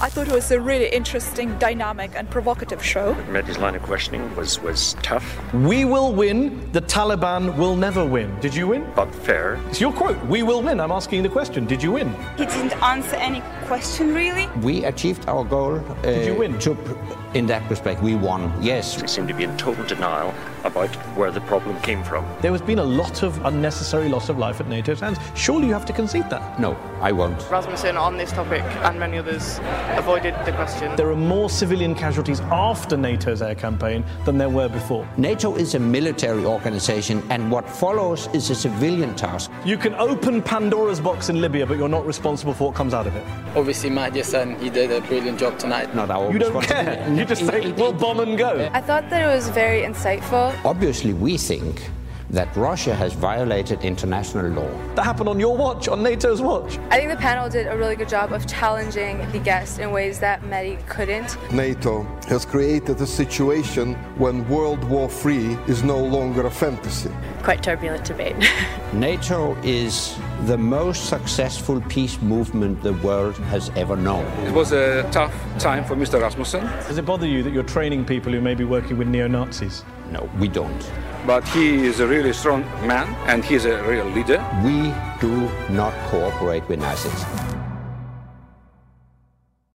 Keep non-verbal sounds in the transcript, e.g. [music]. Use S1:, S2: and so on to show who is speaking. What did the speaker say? S1: I thought it was a really interesting, dynamic, and provocative show.
S2: Mehdi's line of questioning was, was tough,
S3: We will win, the Taliban will never win. Did you win?
S2: but fair.
S3: It's your quote. We will win. I'm asking the question. Did you win?
S4: He didn't answer any question really.
S5: We achieved our goal. Uh,
S3: you win?
S5: To, in that respect, we won. Yes.
S2: They seemed to be in total denial about where the problem came from.
S3: There has been a lot of unnecessary loss of life at NATO's hands. Surely you have to concede that.
S5: No, I won't.
S6: Rasmussen on this topic and many others avoided the question.
S3: There are more civilian casualties after NATO's air campaign than there were before.
S5: NATO is a military organization, and what follows is a civilian task.
S3: You can open Pandora's box in Libya, but you're not responsible for what comes out of it.
S7: Obviously, Mahdi Hassan, he did a brilliant job tonight.
S5: Not our
S3: You don't
S5: responsibility.
S3: care. You just
S5: [laughs]
S3: say, we'll bomb and go.
S8: I thought that it was very insightful.
S5: Obviously, we think that Russia has violated international law.
S3: That happened on your watch, on NATO's watch.
S8: I think the panel did a really good job of challenging the guests in ways that Mehdi couldn't.
S9: NATO has created a situation when World War III is no longer a fantasy.
S10: Quite turbulent debate.
S5: NATO is the most successful peace movement the world has ever known.
S7: It was a tough time for Mr. Rasmussen,
S3: Does it bother you that you're training people who may be working with neo Nazis?
S5: No, we don't.
S7: but he is a really strong man and he's a real leader.
S5: We do not cooperate with Nazis.